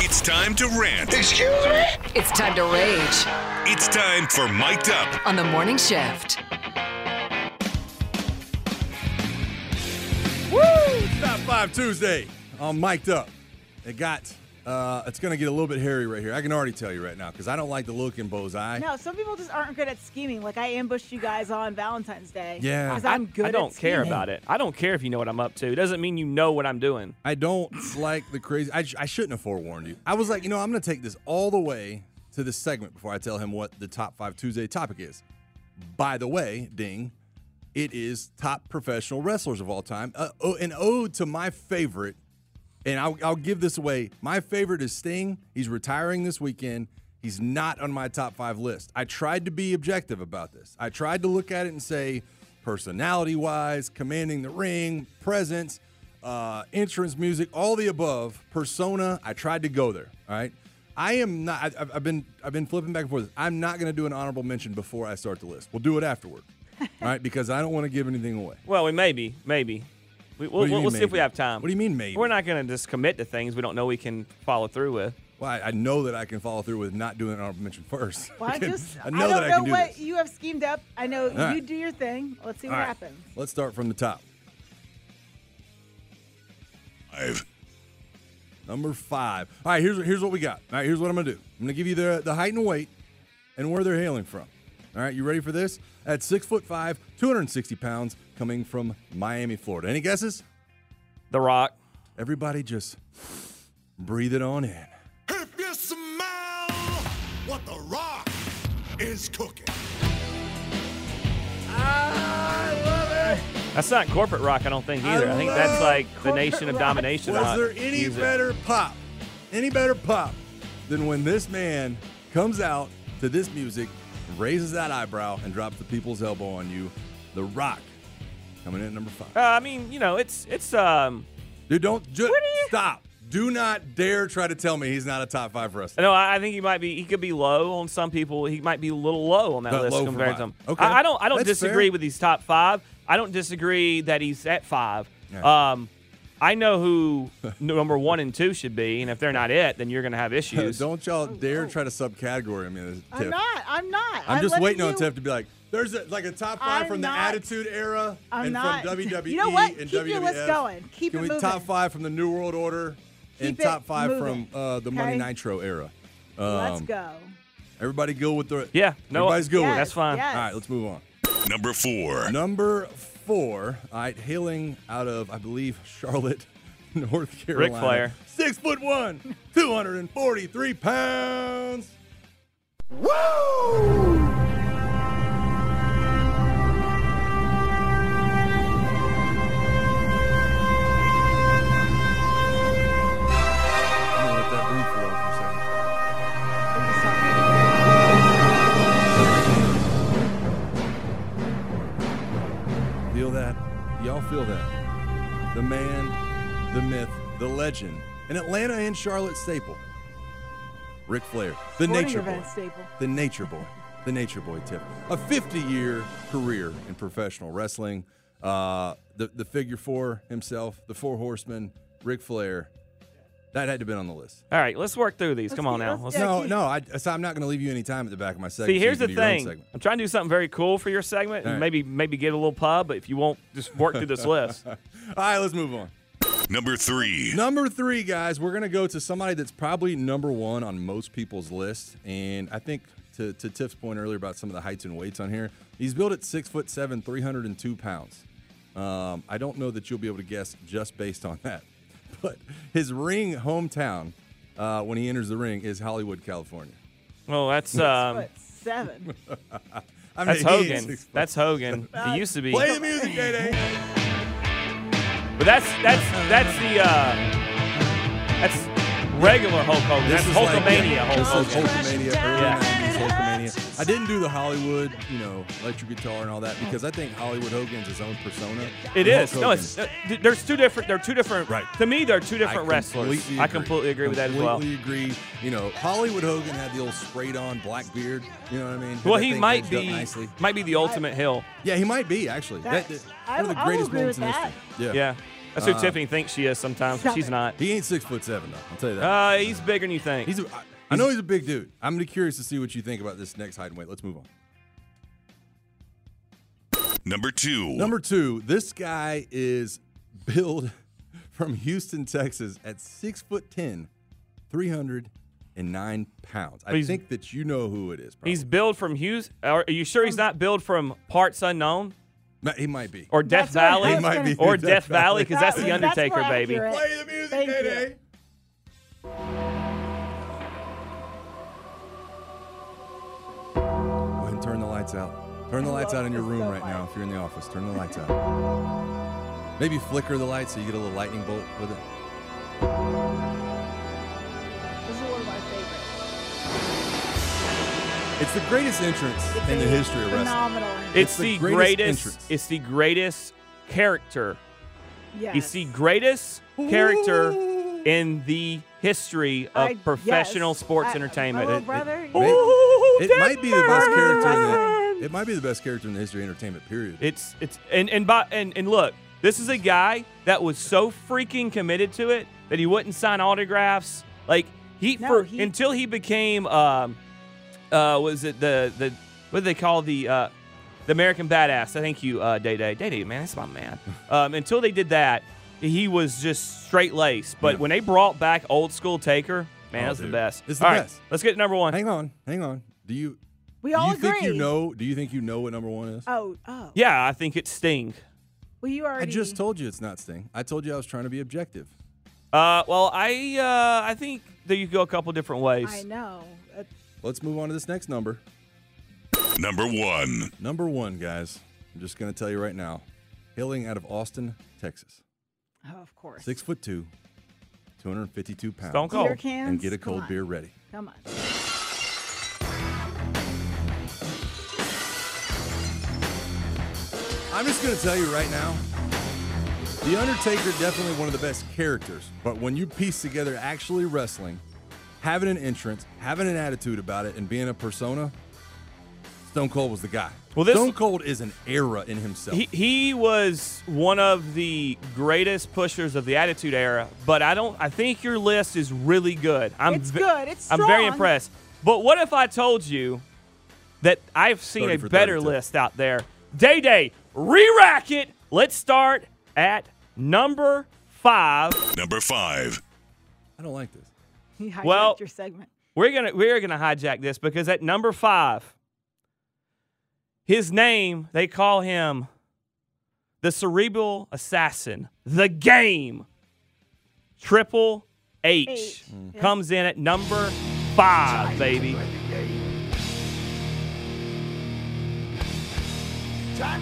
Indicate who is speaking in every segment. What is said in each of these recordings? Speaker 1: It's time to rant.
Speaker 2: Excuse me?
Speaker 3: It's time to rage
Speaker 1: It's time for Mic'd Up.
Speaker 3: on the morning shift.
Speaker 4: Woo! It's Top Five Tuesday. I'm mic'd up. It got. Uh, it's gonna get a little bit hairy right here. I can already tell you right now because I don't like the look in Bo's eye.
Speaker 5: No, some people just aren't good at scheming. Like I ambushed you guys on Valentine's Day.
Speaker 4: Yeah.
Speaker 5: because
Speaker 6: I-
Speaker 5: I'm good.
Speaker 6: I don't
Speaker 5: at
Speaker 6: care
Speaker 5: scheming.
Speaker 6: about it. I don't care if you know what I'm up to. It doesn't mean you know what I'm doing.
Speaker 4: I don't like the crazy. I, sh- I shouldn't have forewarned you. I was like, you know, I'm gonna take this all the way to this segment before I tell him what the top five Tuesday topic is. By the way, ding, it is top professional wrestlers of all time. Uh, oh, an ode to my favorite and I'll, I'll give this away. My favorite is Sting. He's retiring this weekend. He's not on my top five list. I tried to be objective about this. I tried to look at it and say, personality wise, commanding the ring, presence, uh, entrance music, all the above, persona. I tried to go there. All right. I am not. I, I've- I've been. I've been flipping back and forth. I'm not going to do an honorable mention before I start the list. We'll do it afterward, all right? Because I don't want to give anything away.
Speaker 6: Well, we maybe, maybe. We, we'll
Speaker 4: do you
Speaker 6: we'll,
Speaker 4: mean
Speaker 6: we'll see if we
Speaker 4: maybe?
Speaker 6: have time.
Speaker 4: What do you mean maybe?
Speaker 6: We're not going to just commit to things we don't know we can follow through with.
Speaker 4: Well, I, I know that I can follow through with not doing an honorable mention first.
Speaker 5: Well, I
Speaker 4: Okay.
Speaker 5: just
Speaker 4: I
Speaker 5: I,
Speaker 4: know
Speaker 5: don't
Speaker 4: that I
Speaker 5: know
Speaker 4: can do
Speaker 5: what
Speaker 4: this.
Speaker 5: you have schemed up. I know you
Speaker 4: right.
Speaker 5: do your thing. Let's see
Speaker 4: All
Speaker 5: what
Speaker 4: right.
Speaker 5: happens.
Speaker 4: Let's start from the top.
Speaker 1: Five.
Speaker 4: Number five. All right, here's here's what we got. All right, here's what I'm gonna do. I'm gonna give you the the height and weight and where they're hailing from. All right, you ready for this? At six foot five, 260 pounds, coming from Miami, Florida. Any guesses?
Speaker 6: The Rock.
Speaker 4: Everybody just breathe it on in.
Speaker 1: If you smell what the rock is cooking.
Speaker 6: That's not corporate rock, I don't think
Speaker 4: I
Speaker 6: either. I, think
Speaker 4: love
Speaker 6: that's like the
Speaker 5: corporate
Speaker 6: Nation of
Speaker 5: rock.
Speaker 6: Domination.
Speaker 4: Was
Speaker 6: rock
Speaker 4: there any
Speaker 6: music.
Speaker 4: better pop, any better pop than when this man comes out to this music, raises that eyebrow, and drops the people's elbow on you? The Rock coming in at number
Speaker 6: Uh,
Speaker 4: five.
Speaker 6: I mean, you know, it's it's um.
Speaker 4: Dude, don't ju- stop. Do not dare try to tell me he's not a top five wrestler.
Speaker 6: No, I I think he might be. He could be low on some people. He might be a little low on that
Speaker 4: Not
Speaker 6: list
Speaker 4: low for
Speaker 6: compared
Speaker 4: mine.
Speaker 6: to him.
Speaker 4: Okay.
Speaker 6: I, I don't. I don't
Speaker 4: That's
Speaker 6: disagree
Speaker 4: fair.
Speaker 6: with these top five. I don't disagree that he's at five.
Speaker 4: Yeah.
Speaker 6: Um, I know who number one and two should be, and if they're not it, then you're gonna have issues.
Speaker 4: Don't y'all dare try to subcategory him. in this,
Speaker 5: Oh, I'm
Speaker 4: Tiff.
Speaker 5: not. I'm not.
Speaker 4: I'm just
Speaker 5: letting
Speaker 4: waiting on
Speaker 5: you-
Speaker 4: Tiff to be like, there's a, like a top 5
Speaker 5: I'm
Speaker 4: from the
Speaker 5: not-
Speaker 4: Attitude Era
Speaker 5: I'm
Speaker 4: and
Speaker 5: not-
Speaker 4: from WWE
Speaker 5: You know what?
Speaker 4: and
Speaker 5: Keep your list
Speaker 4: WWF.
Speaker 5: going. Keep
Speaker 4: Can
Speaker 5: it
Speaker 4: we
Speaker 5: moving.
Speaker 4: top five from the New World Order and
Speaker 5: Keep it
Speaker 4: top five
Speaker 5: moving,
Speaker 4: from uh, the Money
Speaker 5: okay?
Speaker 4: Nitro era?
Speaker 5: Let's
Speaker 4: Um,
Speaker 5: go.
Speaker 4: Everybody go with the
Speaker 6: Yeah, no,
Speaker 4: everybody's good with
Speaker 5: Yes,
Speaker 4: it.
Speaker 6: that's fine.
Speaker 5: yes.
Speaker 4: All right, let's move on.
Speaker 1: Number four.
Speaker 4: Number four, all right, hailing out of, I believe, Charlotte, North Carolina.
Speaker 6: Flair.
Speaker 4: Six foot one, 243 pounds. Woo! I'm gonna let that breathe for y'all for a second. Feel that? Y'all feel that? The man, the myth, the legend, an Atlanta and Charlotte staple. Ric Flair, the
Speaker 5: Sporting
Speaker 4: nature boy.
Speaker 5: event staple.
Speaker 4: The nature boy. The nature boy tip. A 50 year career in professional wrestling. Uh, the, the figure four himself, the four horsemen, Ric Flair. That had to have been on the list.
Speaker 6: All right, let's work through these.
Speaker 5: Let's
Speaker 6: Come on
Speaker 5: keep-
Speaker 6: now.
Speaker 5: let's
Speaker 6: Let's-
Speaker 5: Yeah,
Speaker 4: No,
Speaker 5: keep-
Speaker 4: no, I, so I'm not going to leave you any time at the back of my segment. so you
Speaker 6: See, here's
Speaker 4: can
Speaker 6: the
Speaker 4: do your own
Speaker 6: thing.
Speaker 4: segment.
Speaker 6: I'm trying to do something very cool for your segment,
Speaker 4: All right.
Speaker 6: and maybe maybe get a little pub. But if you won't, just work through this list.
Speaker 4: All right, let's move on.
Speaker 1: Number three.
Speaker 4: Number three, guys, we're gonna go to somebody that's probably number one on most people's list, and I think to, to Tiff's point earlier about some of the heights and weights on here, he's built at six foot seven, three hundred and two pounds. Um, I don't know that you'll be able to guess just based on that, but his ring hometown uh, when he enters the ring is Hollywood, California.
Speaker 6: Well, that's um,
Speaker 5: But seven.
Speaker 4: I mean,
Speaker 6: that's
Speaker 4: he is
Speaker 6: Hogan.
Speaker 4: six foot-
Speaker 6: That's Hogan. It used to be.
Speaker 4: play the music, Day Day.
Speaker 6: But that's that's that's the uh, that's regular Hulk Hogan.
Speaker 4: This
Speaker 6: That's
Speaker 4: is like-
Speaker 6: Hulkamania Hulk
Speaker 4: this is
Speaker 6: Hogan.
Speaker 4: Hulkamania, early
Speaker 6: Yeah.
Speaker 4: 90s Hulkamania. I didn't do the Hollywood, you know, electric guitar and all that because I think Hollywood Hogan's his own persona.
Speaker 6: It
Speaker 4: And Hulk
Speaker 6: is. No, it's
Speaker 4: Hogan-
Speaker 6: uh, th- there's two different. They're two different.
Speaker 4: Right.
Speaker 6: To me, they're two different wrestlers.
Speaker 4: completely
Speaker 6: I completely agree with that as well.
Speaker 4: Completely agree. You know, Hollywood Hogan had the old sprayed-on black beard. You know what I mean? Had
Speaker 6: Well,
Speaker 4: that
Speaker 6: he
Speaker 4: thing
Speaker 6: might
Speaker 4: edged up
Speaker 6: be
Speaker 4: nicely.
Speaker 6: might be the ultimate hill.
Speaker 4: Yeah, he might be actually.
Speaker 5: That-
Speaker 4: That-
Speaker 5: I-
Speaker 4: one of
Speaker 5: I
Speaker 4: the
Speaker 5: will
Speaker 4: greatest
Speaker 5: agree
Speaker 4: moments in
Speaker 5: with that.
Speaker 4: history. Yeah. Uh,
Speaker 6: Yeah. That's who Tiffany thinks she is sometimes, but
Speaker 5: Stop
Speaker 6: she's
Speaker 5: it.
Speaker 6: not.
Speaker 4: He ain't six foot seven though. I'll tell you that.
Speaker 6: Uh, he's bigger than you think.
Speaker 4: he's. A, I, I know he's a big dude. I'm gonna curious to see what you think about this next hide and wait. Let's move on.
Speaker 1: Number two.
Speaker 4: Number two, this guy is billed from Houston, Texas at six foot 10, 309 pounds. I
Speaker 6: He's-
Speaker 4: think that you know who it is. Probably.
Speaker 6: he's billed from Hughes. Are are you sure he's not billed from Parts Unknown
Speaker 4: Ma- he might be.
Speaker 6: or Death
Speaker 5: That's what I
Speaker 6: Valley
Speaker 5: was He might gonna- be
Speaker 6: or
Speaker 4: Death
Speaker 6: Death Valley?
Speaker 4: Valley.
Speaker 6: Because that's the
Speaker 5: That-
Speaker 6: Undertaker,
Speaker 5: more
Speaker 6: baby.
Speaker 5: accurate.
Speaker 4: the music,
Speaker 5: Thank you.
Speaker 4: Go ahead and turn the lights out. Turn the lights out in your
Speaker 5: this
Speaker 4: room
Speaker 5: so
Speaker 4: right now
Speaker 5: much.
Speaker 4: if you're in the office. Turn the lights out. Maybe flicker the lights so you get a little lightning bolt with it.
Speaker 5: This is one of my favorites.
Speaker 4: It's the greatest entrance in the
Speaker 5: It's
Speaker 4: history of wrestling.
Speaker 5: Phenomenal.
Speaker 6: It's,
Speaker 4: It's
Speaker 6: the
Speaker 4: the
Speaker 6: greatest.
Speaker 4: greatest entrance.
Speaker 6: it's the greatest character.
Speaker 5: yes.
Speaker 6: It's the greatest character in the history of
Speaker 5: I-
Speaker 6: professional
Speaker 5: yes.
Speaker 6: sports
Speaker 5: I-
Speaker 6: entertainment.
Speaker 5: My little brother.
Speaker 4: May-
Speaker 5: yes.
Speaker 4: it might be the best character. In
Speaker 6: Denver!
Speaker 4: the, it might be the best character in the history of entertainment. Period.
Speaker 6: It's it's and and by, and and look, this is a guy that was so freaking committed to it that he wouldn't sign autographs. Like he
Speaker 5: No,
Speaker 6: for
Speaker 5: he-
Speaker 6: until he became um uh was it the the what do they call the uh the American Badass? I think you uh Day Day Day Day man, that's my man. Um, until they did that, he was just straight laced. But
Speaker 4: Yeah.
Speaker 6: when they brought back old school Taker,
Speaker 4: Oh,
Speaker 6: man, that was the
Speaker 4: dude.
Speaker 6: best.
Speaker 4: It's the
Speaker 6: All right,
Speaker 4: best.
Speaker 6: let's get to number one.
Speaker 4: hang on, hang on. Do you?
Speaker 5: We
Speaker 4: do
Speaker 5: all
Speaker 4: you
Speaker 5: agree.
Speaker 4: think you know? Do you think you know what number one is?
Speaker 5: Oh, oh.
Speaker 6: Yeah, I think it's Sting.
Speaker 5: Well, you
Speaker 4: I
Speaker 5: already.
Speaker 4: just told you it's not Sting. I told you I was trying to be objective.
Speaker 6: Uh, well, I uh, I think that you could go a couple different ways.
Speaker 5: I know. Uh,
Speaker 4: Let's move on to this next number.
Speaker 1: Number one.
Speaker 4: Number one, guys. I'm just gonna tell you right now. Hailing out of Austin, Texas.
Speaker 5: oh, of course.
Speaker 4: Six foot two, 252 pounds.
Speaker 6: Stone Cold.
Speaker 5: beer
Speaker 6: Oh,
Speaker 5: cans.
Speaker 4: And get a
Speaker 5: Come
Speaker 4: cold
Speaker 5: on.
Speaker 4: beer ready.
Speaker 5: Come on.
Speaker 4: I'm just gonna tell you right now. The Undertaker definitely one of the best characters, but when you piece together actually wrestling, having an entrance, having an attitude about it, and being a persona, Stone Cold was the guy.
Speaker 6: Well, this-
Speaker 4: Stone Cold is an era in himself.
Speaker 6: He, he was one of the greatest pushers of the Attitude Era, but I don't. I think your list is really good. I'm
Speaker 5: It's good. It's
Speaker 6: I'm very
Speaker 5: strong.
Speaker 6: impressed. But what if I told you that I've seen
Speaker 4: 30
Speaker 6: a
Speaker 4: for
Speaker 6: better
Speaker 4: 32.
Speaker 6: list out there? Day Day, re-rack it. Let's start at number five.
Speaker 1: Number five.
Speaker 4: I don't like this.
Speaker 5: You hijacked
Speaker 6: Well-
Speaker 5: your segment.
Speaker 6: We're gonna we're gonna hijack this because at number five, his name they call him the cerebral assassin, the game. Triple H,
Speaker 5: H,
Speaker 6: comes in at number five, baby.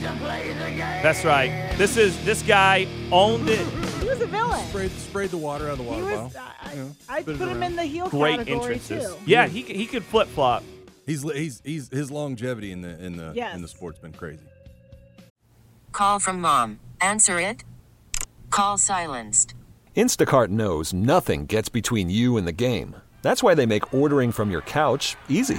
Speaker 6: That's right. This is this guy owned it.
Speaker 5: He was a villain.
Speaker 4: Sprayed, sprayed the water out of the
Speaker 5: He
Speaker 4: water
Speaker 5: was.
Speaker 4: bottle.
Speaker 5: I, I,
Speaker 4: you know,
Speaker 5: I
Speaker 4: spit
Speaker 5: put
Speaker 4: it
Speaker 5: him in
Speaker 4: around.
Speaker 5: the heel
Speaker 6: Great
Speaker 5: category
Speaker 6: entrances.
Speaker 5: too.
Speaker 6: Yeah, he could- he could flip flop.
Speaker 4: He's he's he's his longevity in the in the
Speaker 5: Yes.
Speaker 4: in the sport's been crazy.
Speaker 2: Call from mom. Answer it. Call silenced.
Speaker 7: Instacart knows nothing gets between you and the game. That's why they make ordering from your couch easy.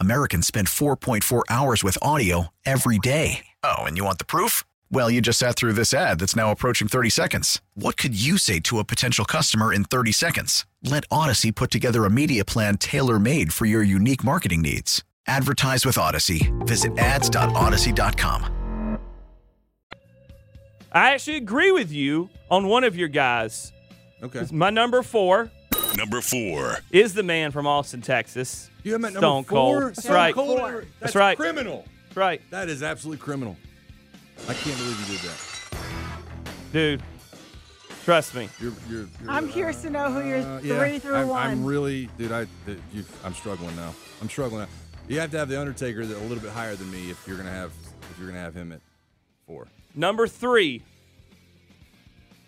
Speaker 8: Americans spend 4.4 hours with audio every day. Oh, and you want the proof? Well, you just sat through this ad that's now approaching 30 seconds. What could you say to a potential customer in 30 seconds? Let Odyssey put together a media plan tailor made for your unique marketing needs. Advertise with Odyssey. Visit ads.odyssey.com.
Speaker 6: I actually agree with you on one of your guys.
Speaker 4: Okay.
Speaker 6: My number four
Speaker 1: Number four.
Speaker 6: is the man from Austin, Texas.
Speaker 4: You have him at number
Speaker 6: Stone
Speaker 4: four.
Speaker 6: Cold. That's
Speaker 4: Stone
Speaker 6: right.
Speaker 4: Cold.
Speaker 5: Four.
Speaker 4: That's,
Speaker 6: That's right.
Speaker 4: Criminal.
Speaker 6: That's right,
Speaker 4: That is absolutely criminal. I can't believe you did that.
Speaker 6: dude. Trust me.
Speaker 4: You're. you're, you're
Speaker 5: I'm curious to know who your
Speaker 4: Uh,
Speaker 5: three through
Speaker 4: I'm,
Speaker 5: one.
Speaker 4: I'm really, dude. I, th- you, I'm struggling now. I'm struggling. Now. You have to have the Undertaker that a little bit higher than me if you're gonna have if you're gonna have him at four.
Speaker 6: Number three,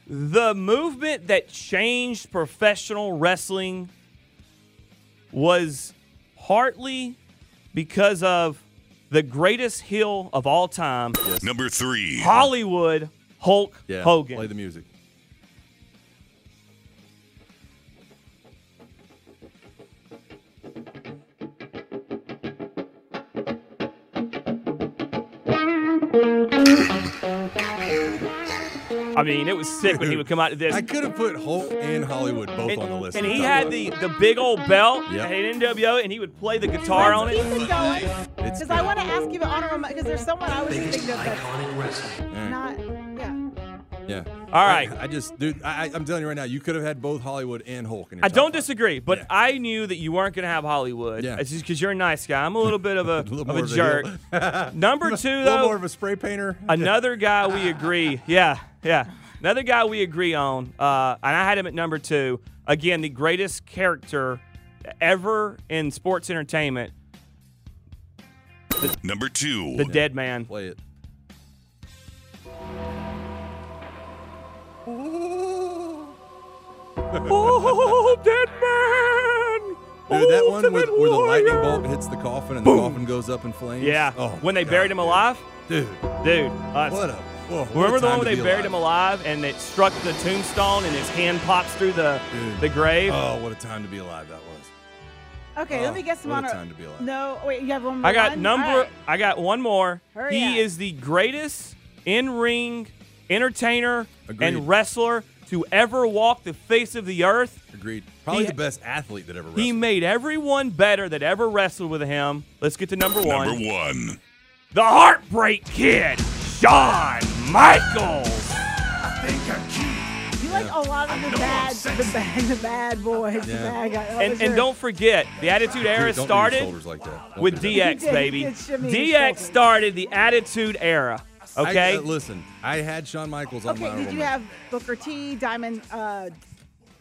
Speaker 6: the movement that changed professional wrestling was partly because of the greatest heel of all time,
Speaker 1: Number three.
Speaker 6: Hollywood Hulk
Speaker 4: Yeah.
Speaker 6: Hogan.
Speaker 4: Play the music.
Speaker 6: I mean, it was sick when he would come out to this.
Speaker 4: I could have put Hulk and Hollywood both
Speaker 6: and,
Speaker 4: on the list.
Speaker 6: and
Speaker 4: at
Speaker 6: he
Speaker 4: top
Speaker 6: had
Speaker 4: of
Speaker 6: the, the big old belt
Speaker 4: Yep.
Speaker 6: and NWO, and he would play the guitar on
Speaker 5: Let's
Speaker 6: it.
Speaker 5: keep it going.
Speaker 4: It's
Speaker 5: Because I want to ask you about honorable because there's someone I was just thinking of that's
Speaker 4: Eh,
Speaker 5: not. Yeah.
Speaker 4: yeah.
Speaker 6: All right.
Speaker 4: I, I just, dude. I, I- I'm telling you right now, you could have had both Hollywood and Hulk. In your
Speaker 6: I
Speaker 4: top
Speaker 6: don't
Speaker 4: five.
Speaker 6: disagree, but
Speaker 4: Yeah.
Speaker 6: I knew that you weren't going to have Hollywood.
Speaker 4: Yeah.
Speaker 6: It's just because you're a nice guy. I'm a little bit of a,
Speaker 4: A little
Speaker 6: of
Speaker 4: more
Speaker 6: a
Speaker 4: of a
Speaker 6: jerk. Number
Speaker 4: a
Speaker 6: two,
Speaker 4: little more
Speaker 6: though,
Speaker 4: of a spray painter.
Speaker 6: another guy we agree. Yeah, yeah. Another guy we agree on, uh, and I had him at number two. Again, the greatest character ever in sports entertainment,
Speaker 1: Number two.
Speaker 6: the Dead Man.
Speaker 4: Play it.
Speaker 6: oh, Dead Man!
Speaker 4: Dude, that one with,
Speaker 6: Ultimate
Speaker 4: where the lightning
Speaker 6: Warrior!
Speaker 4: bolt hits the coffin and the coffin goes up in flames.
Speaker 6: Yeah.
Speaker 4: Oh,
Speaker 6: when they
Speaker 4: God,
Speaker 6: buried him
Speaker 4: dude.
Speaker 6: alive,
Speaker 4: Dude,
Speaker 6: dude. uh,
Speaker 4: what a. whoa, what a
Speaker 6: Remember the
Speaker 4: time to
Speaker 6: one where they
Speaker 4: be
Speaker 6: buried him alive and it struck the tombstone and his hand pops through the
Speaker 4: Dude.
Speaker 6: the grave?
Speaker 4: Oh, what a time to be alive that was.
Speaker 5: Okay,
Speaker 4: Oh,
Speaker 5: let me guess some
Speaker 4: what a
Speaker 5: honor.
Speaker 4: time to be alive.
Speaker 5: No, wait, you have one more.
Speaker 6: I got
Speaker 5: one?
Speaker 6: number
Speaker 5: All right.
Speaker 6: I got one more.
Speaker 5: Hurry
Speaker 6: he
Speaker 5: up.
Speaker 6: is the greatest in-ring entertainer
Speaker 4: Agreed.
Speaker 6: and wrestler to ever walk the face of the earth.
Speaker 4: Agreed. Probably
Speaker 6: He-
Speaker 4: the best athlete that ever
Speaker 6: He
Speaker 4: wrestled.
Speaker 6: made everyone better that ever wrestled with him. Let's get to number one.
Speaker 1: Number one.
Speaker 6: The Heartbreak Kid, Shawn Michaels.
Speaker 5: You like a lot of the bad, the bad, the bad boys.
Speaker 4: Yeah.
Speaker 5: The bad guys. Oh,
Speaker 6: And,
Speaker 5: sure.
Speaker 6: and don't forget, the Attitude Era
Speaker 4: Dude, don't do your
Speaker 6: started
Speaker 4: shoulders like that. Don't
Speaker 6: with
Speaker 4: do that.
Speaker 6: DX,
Speaker 5: did. He
Speaker 6: baby.
Speaker 5: did shimmy his
Speaker 6: DX
Speaker 5: shoulders.
Speaker 6: started the Attitude Era.
Speaker 4: I-
Speaker 6: Okay,
Speaker 4: uh, listen, I had Shawn Michaels on my
Speaker 5: Okay, did
Speaker 4: honorable
Speaker 5: you
Speaker 4: mention.
Speaker 5: have Booker T, Diamond? Uh,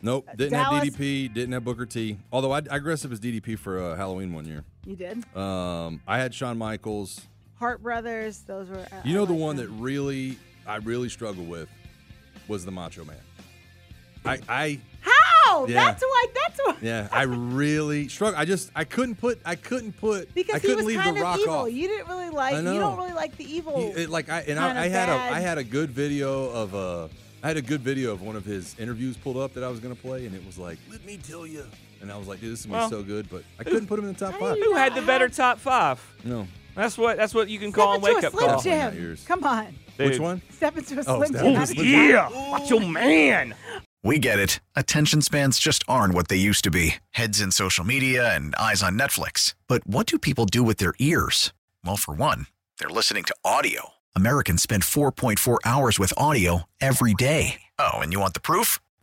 Speaker 4: Nope, didn't
Speaker 5: Dallas?
Speaker 4: have DDP, didn't have Booker T. Although I, I dressed up as DDP for uh, Halloween one year.
Speaker 5: you did.
Speaker 4: Um, I had Shawn Michaels.
Speaker 5: Hart Brothers. Those were. Uh,
Speaker 4: You know
Speaker 5: I
Speaker 4: the
Speaker 5: like
Speaker 4: one that
Speaker 5: them.
Speaker 4: really I really struggled with was the Macho Man. I I
Speaker 5: How?
Speaker 4: Yeah.
Speaker 5: Oh, That's why. That's why.
Speaker 4: yeah, I really struggled. I just I couldn't put I couldn't put I
Speaker 5: Because he
Speaker 4: couldn't
Speaker 5: was
Speaker 4: leave
Speaker 5: kind
Speaker 4: the rock
Speaker 5: of evil.
Speaker 4: off.
Speaker 5: You didn't really like.
Speaker 4: I
Speaker 5: You
Speaker 4: know.
Speaker 5: don't really like the evil.
Speaker 4: He- it, like I and
Speaker 5: kinda
Speaker 4: I, I had
Speaker 5: bad.
Speaker 4: a I had a good video of uh I had a good video of one of his interviews pulled up that I was gonna play and it was like, Let me tell you and I was like, dude, this is gonna
Speaker 6: Well,
Speaker 4: be so good, but I couldn't put him in the top
Speaker 5: how
Speaker 4: five.
Speaker 5: do
Speaker 6: who had the better top five?
Speaker 4: No.
Speaker 6: That's what that's what you can
Speaker 5: Step
Speaker 6: call
Speaker 5: into
Speaker 6: wake
Speaker 5: a
Speaker 6: up
Speaker 5: slim
Speaker 6: call.
Speaker 4: Jim.
Speaker 5: jim.
Speaker 4: Years.
Speaker 5: Come on.
Speaker 6: Dude.
Speaker 4: Which one?
Speaker 5: Step into a
Speaker 4: Oh,
Speaker 5: slim
Speaker 4: step
Speaker 5: jim.
Speaker 4: into a
Speaker 5: How did
Speaker 4: slim
Speaker 5: you-
Speaker 6: Yeah, macho man.
Speaker 8: We get it. Attention spans just aren't what they used to be heads in social media and eyes on Netflix. But what do people do with their ears? Well, for one, they're listening to audio. Americans spend 4.4 hours with audio every day. Oh, and you want the proof?